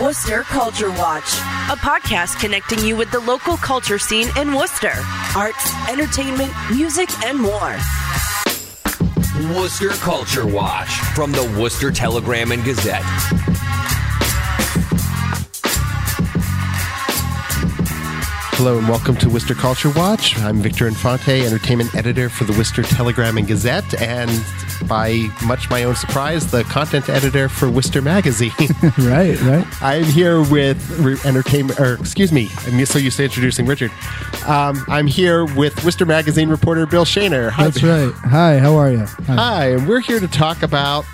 Worcester Culture Watch, a podcast connecting you with the local culture scene in Worcester. arts, entertainment, music, and more. Worcester Culture Watch from the Worcester Telegram and Gazette. Hello and welcome to Worcester Culture Watch. I'm Victor Infante, entertainment editor for the Worcester Telegram and Gazette, and by much my own surprise, the content editor for Worcester Magazine. Right, right. I'm here with re- entertainment, or excuse me, I'm so used to introducing Richard. Um, I'm here with Worcester Magazine reporter Bill Shaner. Hi, That's Bill. right. Hi, how are you? Hi, and we're here to talk about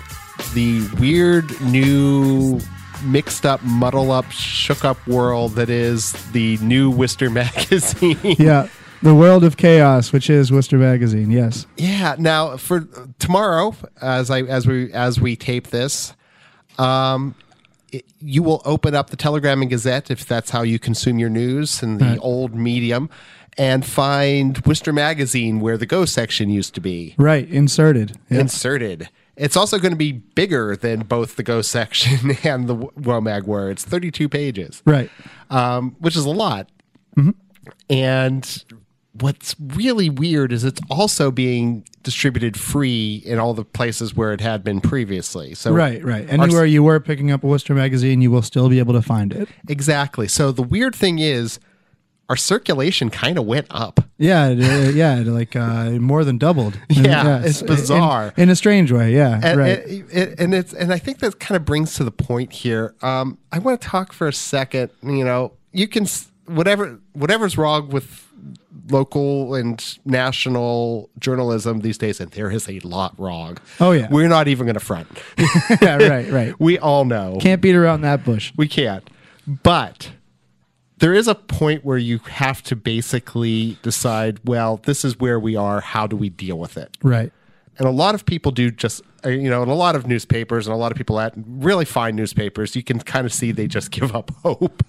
the weird new mixed up, muddle up, shook up world that is the new Worcester Magazine. Yeah. The World of Chaos, which is Worcester Magazine. Yes. Yeah. Now for tomorrow, as I as we as we tape this, um, it, you will open up the Telegram and Gazette if that's how you consume your news in the Right. old medium, and find Worcester Magazine where the Go section used to be Right. Inserted. Yeah. inserted. It's also going to be bigger than both the Go section and the W- WOMAG where it's 32 pages right. um, which is a lot. And what's really weird is it's also being distributed free in all the places where it had been previously. So Right, right. our- Anywhere you were picking up a Worcester Magazine, you will still be able to find it. exactly. So the weird thing is, our circulation kind of went up. Yeah, it, uh, yeah, it, like uh, more than doubled. Yeah, it's in- bizarre. In, a strange way, yeah. And, right. and- and- and it's and I think that kind of brings to the point here. Um, I want to talk for a second. You know, you can s- whatever whatever's wrong with local and national journalism these days, and there is a lot wrong. Oh, yeah. we're not even going to front. yeah, right, right. we all know Can't beat around that bush. we can't, but. There is a point where you have to basically decide, well, this is where we are. How do we deal with it? Right. and a lot of people do just uh, you know and a lot of newspapers and a lot of people at really fine newspapers you can kind of see they just give up hope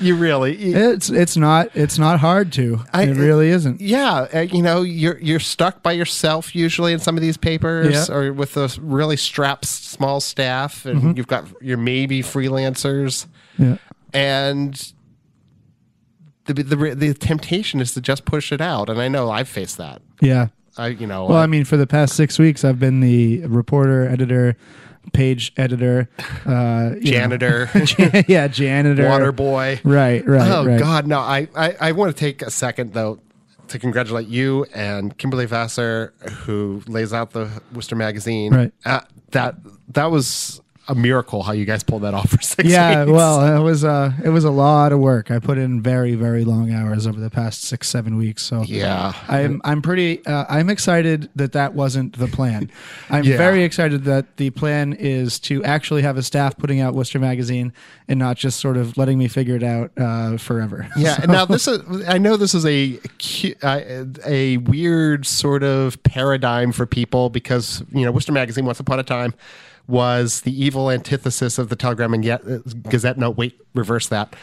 you really you- It's it's not it's not hard to. I- it really isn't. yeah uh, you know you're you're stuck by yourself usually in some of these papers Yeah. Mm-hmm. or with a really strapped s- small staff and you've got your maybe freelancers Yeah. and the, the the temptation is to just push it out and i know i've faced that Yeah. i you know Well, I- I mean, for the past six weeks, I've been the reporter, editor, page editor, uh, you janitor know. yeah, janitor, water boy Right, right. oh right. God, no! I I, I want to take a second though to congratulate you and Kimberly Vassar, who lays out the Worcester magazine. Right. Uh, that that was a miracle how you guys pulled that off for six. Yeah, weeks. well, it was uh, it was a lot of work. I put in very, very long hours over the past six, seven weeks. So Yeah. I'm I'm pretty uh, I'm excited that that wasn't the plan. I'm Yeah. very excited that the plan is to actually have a staff putting out Worcester magazine and not just sort of letting me figure it out uh, forever. Yeah. and Now this is I know this is a cu- uh, a weird sort of paradigm for people because you know Worcester magazine once upon a time was the evil antithesis of the Telegram and Ga- Gazette. No, wait, reverse that.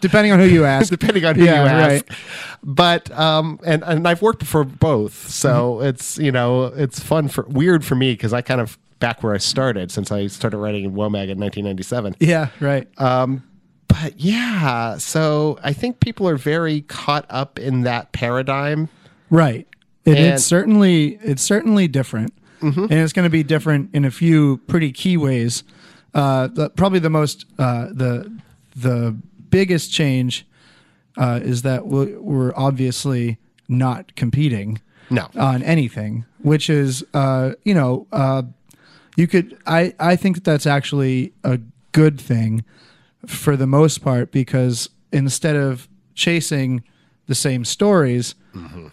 depending on who you ask. depending on who Yeah, you ask. right. But um, and and I've worked for Mm-hmm. both, so it's you know it's fun for weird for me because I kind of back where I started since I started writing in WOMAG in 1997. Yeah, right. Uh, But yeah, so I think people are very caught up in that paradigm. Right. It, And- Mm-hmm. it's certainly it's certainly different, and it's going to be different in a few pretty key ways. Uh, the, probably the most uh, the the biggest change uh, is that we- we're obviously not competing No. on anything, which is uh, you know uh, you could I I think that that's actually a good thing for the most part because instead of chasing the same stories,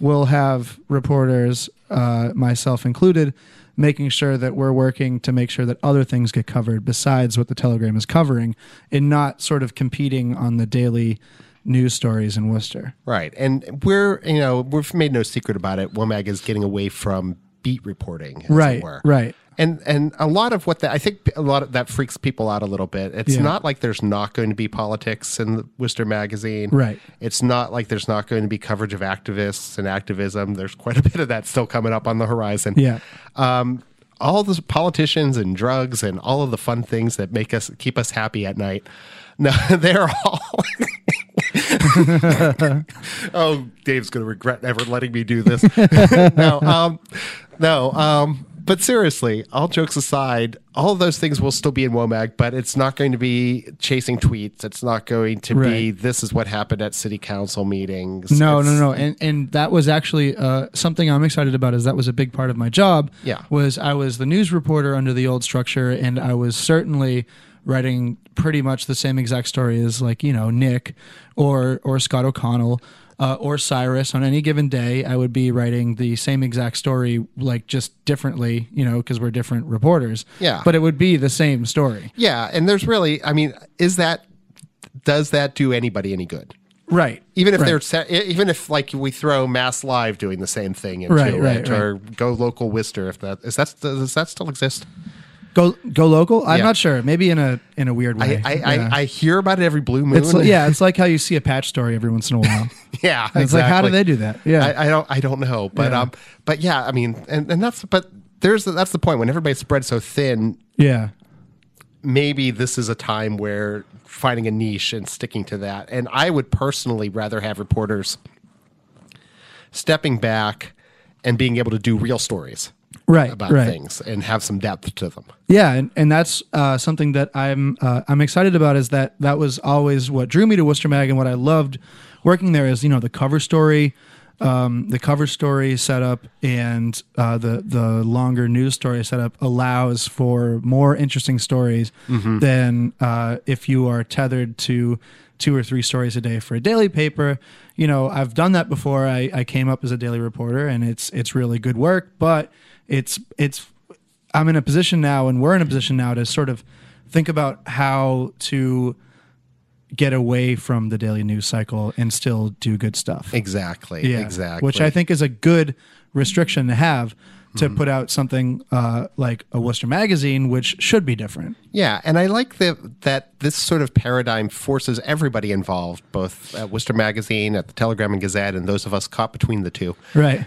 we'll have reporters, uh, myself included, making sure that we're working to make sure that other things get covered besides what the Telegram is covering, and not sort of competing on the daily news stories in Worcester. Right. And we're, you know, we've made no secret about it. WOMAG is getting away from beat reporting, as Right, it were. right. And and a lot of what that I think a lot of that freaks people out a little bit. It's Yeah. not like there's not going to be politics in the Worcester magazine. Right. It's not like there's not going to be coverage of activists and activism. There's quite a bit of that still coming up on the horizon. Yeah. Um all the politicians and drugs and all of the fun things that make us keep us happy at night. No, they're all oh, Dave's going to regret ever letting me do this. no, um, no. Um, but seriously, all jokes aside, all of those things will still be in WOMAG, but it's not going to be chasing tweets. It's not going to be Right. this is what happened at city council meetings. No, It's- no, no, and and that was actually uh, something I'm excited about. Is that was a big part of my job. Yeah. was I was the news reporter under the old structure, and I was certainly writing pretty much the same exact story as like you know Nick or or Scott O'Connell. Uh, or Cyrus on any given day, I would be writing the same exact story, like just differently, you know, because we're different reporters. Yeah. But it would be the same story. Yeah. And there's really, I mean, is that, does that do anybody any good? Right. Even if Right. they're se- even if like we throw Mass Live doing the same thing into Right, it, right, or go local Worcester, if that is that does that still exist? go go local, I'm Yeah. not sure. Maybe in a in a weird I, way. I, Yeah. I, I hear about it every blue moon. It's like, yeah, it's like how you see a patch story every once in a while. yeah. It's like, how do they do that? Yeah. I, I don't. I don't know. But Yeah. um. But yeah. I mean, and, and that's but there's that's the point. When everybody spreads so thin, yeah. maybe this is a time where finding a niche and sticking to that. And I would personally rather have reporters stepping back and being able to do real stories Right. about right. things and have some depth to them. Yeah, and, and that's uh, something that I'm uh, I'm excited about is that that was always what drew me to Worcester Mag and what I loved working there is you know the cover story, um, the cover story setup and uh, the the longer news story setup allows for more interesting stories than uh, if you are tethered to two or three stories a day for a daily paper. You know I've done that before. I, I came up as a daily reporter and it's it's really good work, but it's it's I'm in a position now, and we're in a position now to sort of think about how to get away from the daily news cycle and still do good stuff. Exactly. Exactly. Mm-hmm. Which I think is a good restriction to have to put out something uh, like a Worcester magazine, which should be different. Yeah, and I like the, that this sort of paradigm forces everybody involved, both at Worcester Magazine, at the Telegram and Gazette, and those of us caught between the two. Right.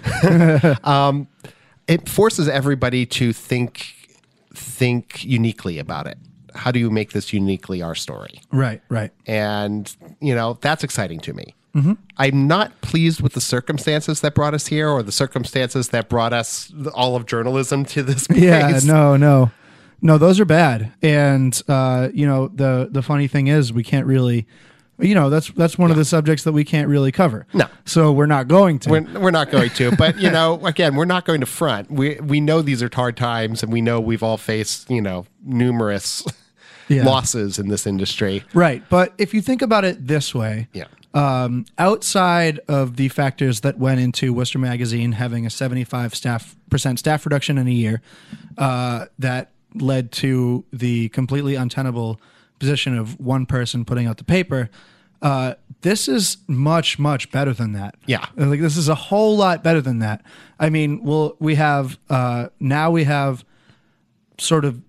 It forces everybody to think think uniquely about it. How do you make this uniquely our story? right. Right. And you know that's exciting to me. Mm-hmm. I'm not pleased with the circumstances that brought us here, or the circumstances that brought us all of journalism to this place. Yeah, no, no, no. Those are bad, and uh, you know the the funny thing is we can't really, you know that's that's one of the subjects that we can't really cover. No. so we're not going to. We're, we're not going to, but you know, again, we're not going to front. We we know these are hard times, and we know we've all faced you know numerous Yeah. losses in this industry. right, but if you think about it this way, Yeah, um, outside of the factors that went into Worcester Magazine having a 75 staff percent staff reduction in a year, uh, that led to the completely untenable position of one person putting out the paper. Uh, this is much much better than that. Yeah. like this is a whole lot better than that. I mean, well, we have uh, now we have sort of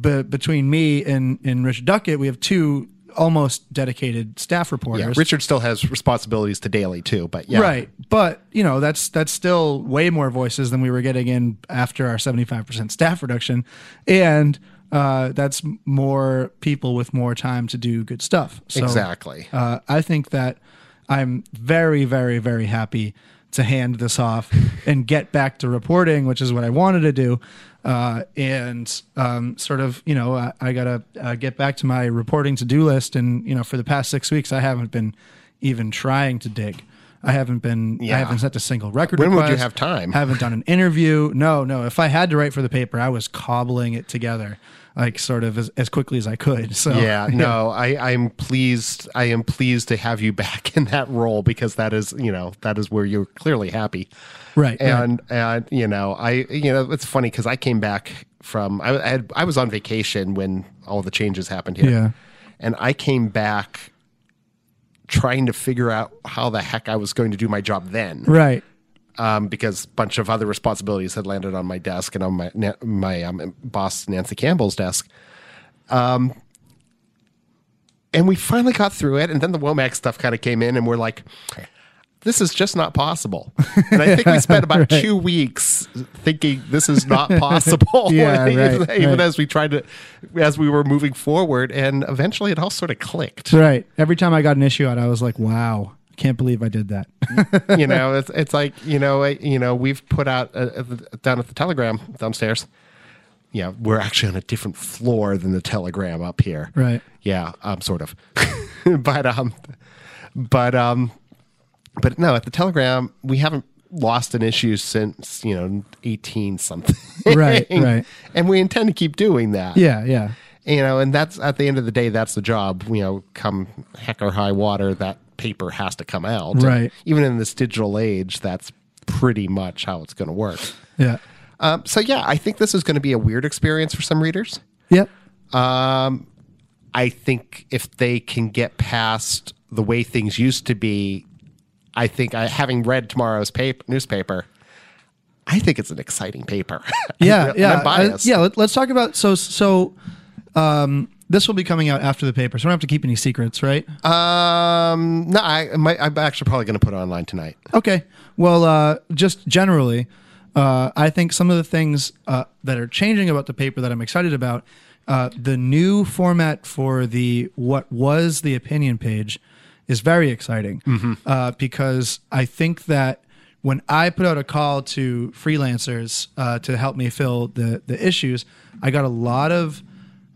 be, between me and and Richard Duckett, we have two almost dedicated staff yeah. reporters. Richard still has responsibilities to daily too, but yeah, Right. But, you know, that's that's still way more voices than we were getting in after our 75% staff reduction. And uh, that's more people with more time to do good stuff. So, Exactly. Uh, I think that I'm very, very, very happy to hand this off and get back to reporting, which is what I wanted to do. Uh, and um, sort of, you know, I, I got to uh, get back to my reporting to do list. And, you know, for the past six weeks, I haven't been even trying to dig. I haven't been. Yeah. I haven't sent a single record. When would you request, have time? Haven't done an interview. No, no. If I had to write for the paper, I was cobbling it together, like sort of as, as quickly as I could. So yeah, no, I, I'm pleased. I am pleased to have you back in that role because that is, you know, that is where you're clearly happy. Right, right. And, and, you know, I, you know, it's funny because I came back from, I, I, had, I was on vacation when all the changes happened here. Yeah. And I came back trying to figure out how the heck I was going to do my job then Right. um, because a bunch of other responsibilities had landed on my desk and on my na- my um, boss Nancy Campbell's desk. Um, and we finally got through it, and then the Womack stuff kind of came in, and we're like, "This is just not possible." And I think we spent about two weeks thinking this is not possible. Yeah, even right, even right. as we tried to, as we were moving forward, and eventually it all sort of clicked. Right. Every time I got an issue out, I was like, "Wow, can't believe I did that." you know, it's, it's like you know, I- you know, we've put out uh, uh, down at the Telegram downstairs. Yeah, we're actually on a different floor than the Telegram up here. Right. Yeah, um, sort of, but um, but um, but no, at the Telegram we haven't lost an issue since you know eighteen something. Right, right. And we intend to keep doing that yeah. Yeah. you know, and that's at the end of the day, that's the job. You know, come heck or high water, that paper has to come out. Right. even in this digital age, that's pretty much how it's going to work. Yeah. Um, so yeah, I think this is going to be a weird experience for some readers. Yep. I think if they can get past the way things used to be, I think I, having read tomorrow's paper, newspaper, I think it's an exciting paper. yeah, I'm yeah, I, biased. yeah. Let, us talk about so so. Um, this will be coming out after the paper, so I don't have to keep any secrets, right? Um, no, I, my, I'm actually probably going to put it online tonight. okay. Well, uh, just generally, uh, I think some of the things uh, that are changing about the paper that I'm excited about, uh, the new format for the what was the opinion page, is very exciting uh, because I think that when I put out a call to freelancers uh, to help me fill the the issues, I got a lot of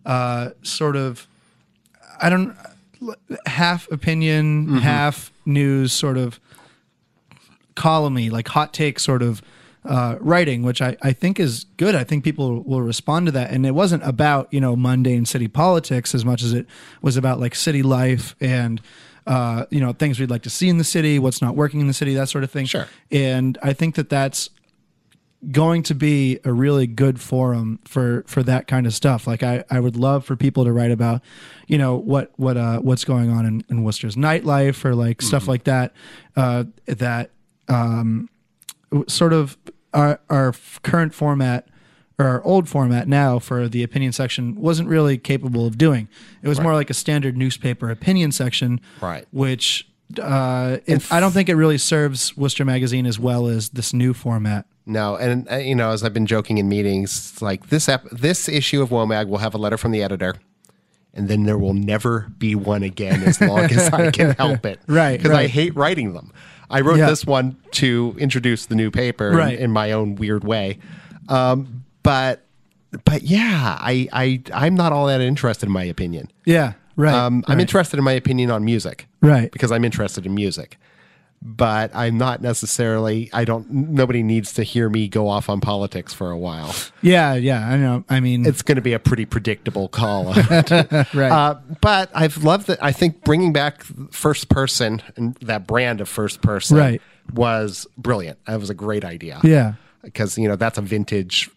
uh, sort of I don't half opinion, half news sort of columny, like hot take sort of uh, writing, which I, I think is good. I think people will respond to that. And it wasn't about, you know, mundane city politics as much as it was about like city life and, uh, you know, things we'd like to see in the city, what's not working in the city, that sort of thing. Sure. And I think that that's going to be a really good forum for for that kind of stuff like i i would love for people to write about you know what what uh what's going on in, in worcester's nightlife or like stuff like that uh that um sort of our our f- current format or our old format now for the opinion section wasn't really capable of doing it was more like a standard newspaper opinion section Right. which uh it, i don't think it really serves worcester magazine as well as this new format No, and uh, you know, as I've been joking in meetings, it's like this ep- this issue of WOMAG will have a letter from the editor, and then there will never be one again as long as I can help it. Right, because I right. hate writing them. I wrote Yeah. this one to introduce the new paper in- Right. in, my own weird way, um, but but yeah, I I I'm not all that interested in my opinion. Yeah, right. Um, I'm right. interested in my opinion on music, Right. Because I'm interested in music, but I'm not necessarily. I don't. Nobody needs to hear me go off on politics for a while. yeah, yeah. I know. I mean, It's going to be a pretty predictable column. right. uh, but I've loved that. I think bringing back first person and that brand of first person Right. was brilliant. That was a great idea. yeah, because you know that's a vintage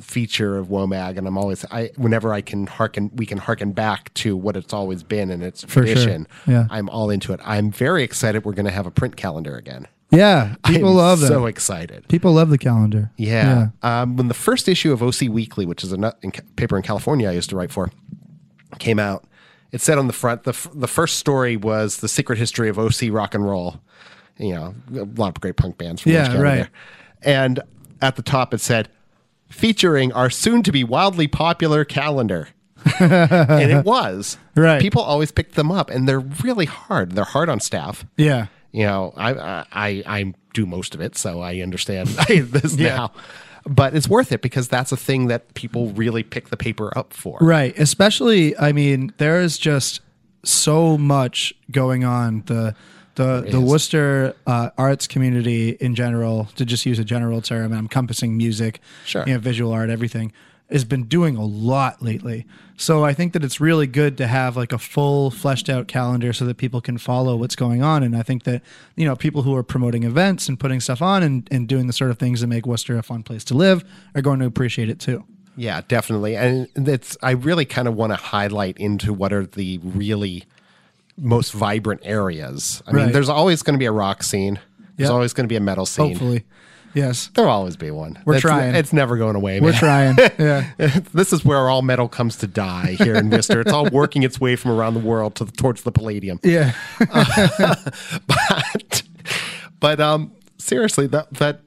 feature of Womag, and I'm always I whenever I can harken we can harken back to what it's always been and its For sure. tradition. Yeah. I'm all into it. I'm very excited. We're going to have a print calendar again. yeah. People I'm love that. So excited. people love the calendar. Yeah. Um, when the first issue of OC Weekly, which is a nut- in, paper in California I used to write for, came out, it said on the front the f- the first story was the secret history of OC rock and roll. You know, a lot of great punk bands from Yeah, Orange County right. there. And at the top it said, featuring our soon to be wildly popular calendar. and it was. Right. People always picked them up and they're really hard. They're hard on staff Yeah. you know i i i, I do most of it so i understand this now but it's worth it because that's a thing that people really pick the paper up for Right. Especially, I mean, there is just so much going on. The the the Worcester uh, arts community in general, to just use a general term, and I'm encompassing music, Sure. you know, visual art, everything, has been doing a lot lately. So I think that it's really good to have like a full fleshed out calendar so that people can follow what's going on. And I think that you know people who are promoting events and putting stuff on and, and doing the sort of things that make Worcester a fun place to live are going to appreciate it too. Yeah, definitely. And that's I really kind of want to highlight into what are the really most vibrant areas. I mean, Right. there's always going to be a rock scene. There's Yeah. always going to be a metal scene. Hopefully, yes, There'll always be one. That's- We're trying. It's never going away. we're man. trying. Yeah. this is where all metal comes to die here in Worcester. it's all working its way from around the world to towards the Palladium. Yeah. but but um seriously that that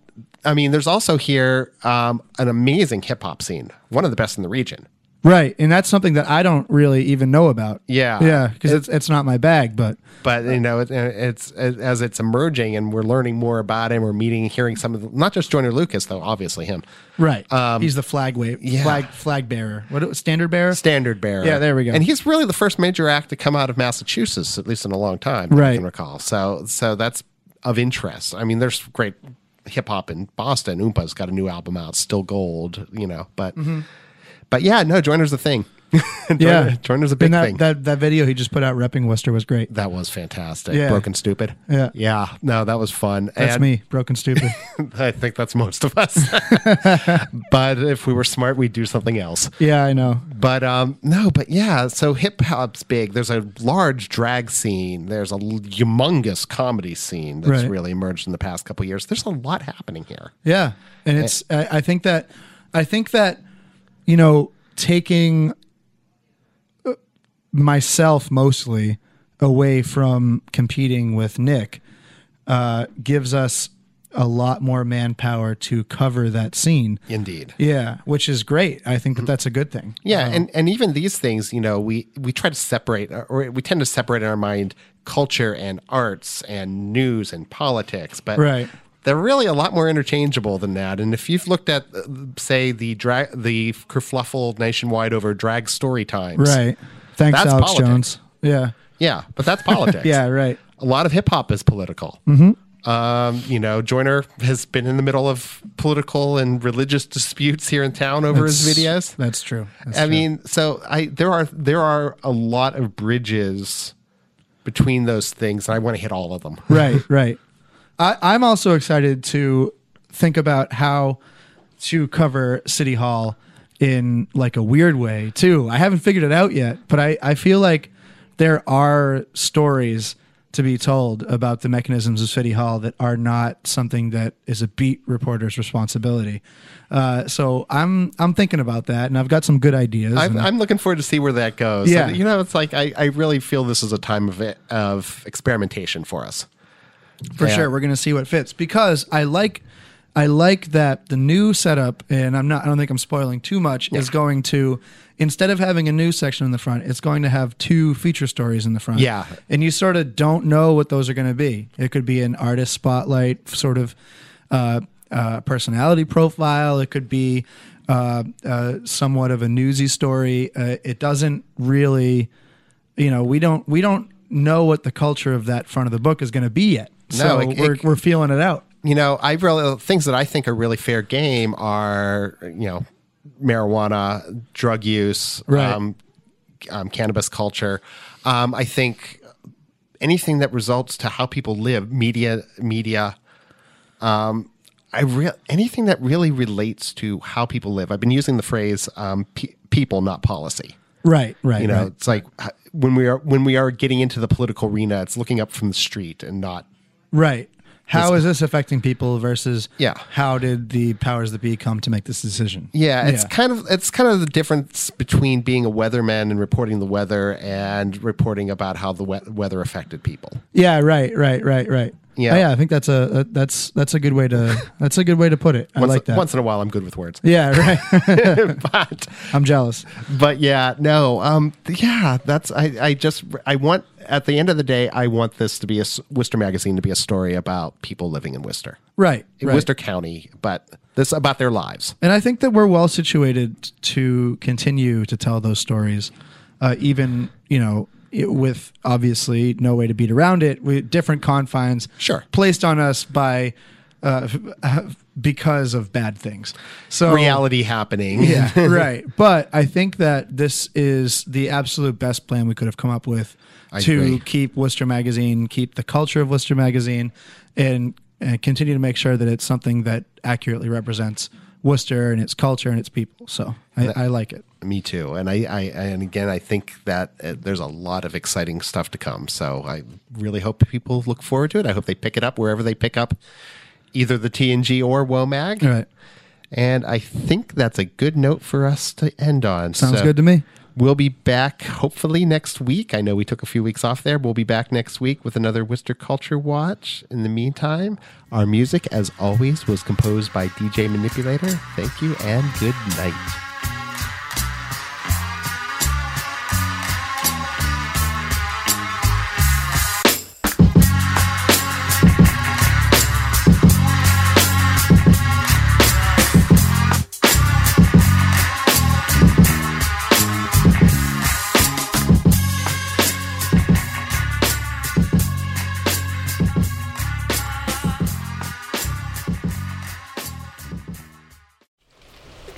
I mean there's also here um an amazing hip hop scene one of the best in the region Right, and that's something that I don't really even know about. Yeah. yeah, because it's it's not my bag, but but you know it, it's as it's emerging and we're learning more about him we're meeting hearing some of the, not just Joyner Lucas though obviously him right, he's the flag wave, yeah. flag flag bearer. What it- standard bearer? standard bearer Yeah, there we go. and he's really the first major act to come out of Massachusetts at least in a long time that I Right. can recall so so that's of interest I mean there's great hip hop in Boston Oompa's got a new album out Still Gold you know but Mm-hmm. but yeah no Joyner's a thing yeah, Joyner's a big And that, thing. That that video he just put out repping Worcester was great. That was fantastic. Yeah. Broken Stupid. Yeah. Yeah. No, that was fun. That's And me, broken stupid. I think that's most of us. but if we were smart, we'd do something else. yeah, I know. But um, no, but yeah, so hip hop's big. There's a large drag scene. There's a l- humongous comedy scene that's Right. really emerged in the past couple years. There's a lot happening here. Yeah, Eh. and it's I, I think that I think that you know taking uh, myself mostly away from competing with Nick uh, gives us a lot more manpower to cover that scene. Indeed. Yeah, which is great. I think that that's a good thing. Mm-hmm. Um, Yeah, and, and even these things, you know, we, we try to separate, uh, or we tend to separate in our mind culture and arts and news and politics, but Right. they're really a lot more interchangeable than that. And if you've looked at, uh, say, the drag, the kerfluffle nationwide over drag story times, Right. Thanks, That's Alex politics. Jones. Yeah. Yeah, but that's politics. Yeah. Right. a lot of hip hop is political. Mm-hmm. Um, you know, Joyner has been in the middle of political and religious disputes here in town over his That's- videos. That's true. That's I true. mean, so I there are there are a lot of bridges between those things, and I want to hit all of them. right, right. I, I'm also excited to think about how to cover City Hall in like a weird way too. I haven't figured it out yet, but I, I feel like there are stories to be told about the mechanisms of City Hall that are not something that is a beat reporter's responsibility. Uh, so I'm I'm thinking about that, and I've got some good ideas. I'm, and- I'm looking forward to see where that goes. Yeah. you know, it's like I, I really feel this is a time of it, of experimentation for us. for Yeah. sure we're gonna see what fits because i like i like that the new setup and i'm not i don't think i'm spoiling too much is going to instead of having a news section in the front it's going to have two feature stories in the front Yeah. and you sort of don't know what those are going to be it could be an artist spotlight sort of uh, uh, personality profile it could be uh, uh, somewhat of a newsy story uh, it doesn't really you know we don't we don't know what the culture of that front of the book is going to be yet so it- we're, it- we're feeling it out you know, I really things that I think are really fair game are you know marijuana, drug use, Right. um, um, cannabis culture. Um, I think anything that results to how people live, media, media. Um, I real anything that really relates to how people live. I've been using the phrase um, pe- "people, not policy." right right You know, right. it's like h- when we are when we are getting into the political arena, it's looking up from the street and not right how is this affecting people versus Yeah. how did the powers that be come to make this decision Yeah, it's kind of it's kind of the difference between being a weatherman and reporting the weather and reporting about how the we- weather affected people. yeah right right right right Yeah. Oh, yeah i think that's a that- that's that's a good way to that's a good way to put it i Once, like that once in a while, I'm good with words. yeah right but i'm jealous but yeah, no, um, yeah, that's I, I just I want at the end of the day, I want this to be a s- Worcester magazine to be a story about people living in Worcester, right, in right. Worcester County, but this about their lives. And I think that we're well situated to continue to tell those stories, uh, even you know, it- with obviously no way to beat around it, with different confines Sure. placed on us by uh, because of bad things. So reality happening. yeah, right. But I think that this is the absolute best plan we could have come up with to agree. keep Worcester Magazine, keep the culture of Worcester Magazine, and, and continue to make sure that it's something that accurately represents Worcester and its culture and its people. So I, I like it. Me too. And I, I and again, I think that uh, there's a lot of exciting stuff to come. So I really hope people look forward to it. I hope they pick it up wherever they pick up either the TNG or WOMAG. All right. And I think that's a good note for us to end on. Sounds good to me. We'll be back hopefully next week. I know we took a few weeks off there. But we'll be back next week with another Worcester Culture Watch. In the meantime, our music, as always, was composed by DJ Manipulator. Thank you and good night.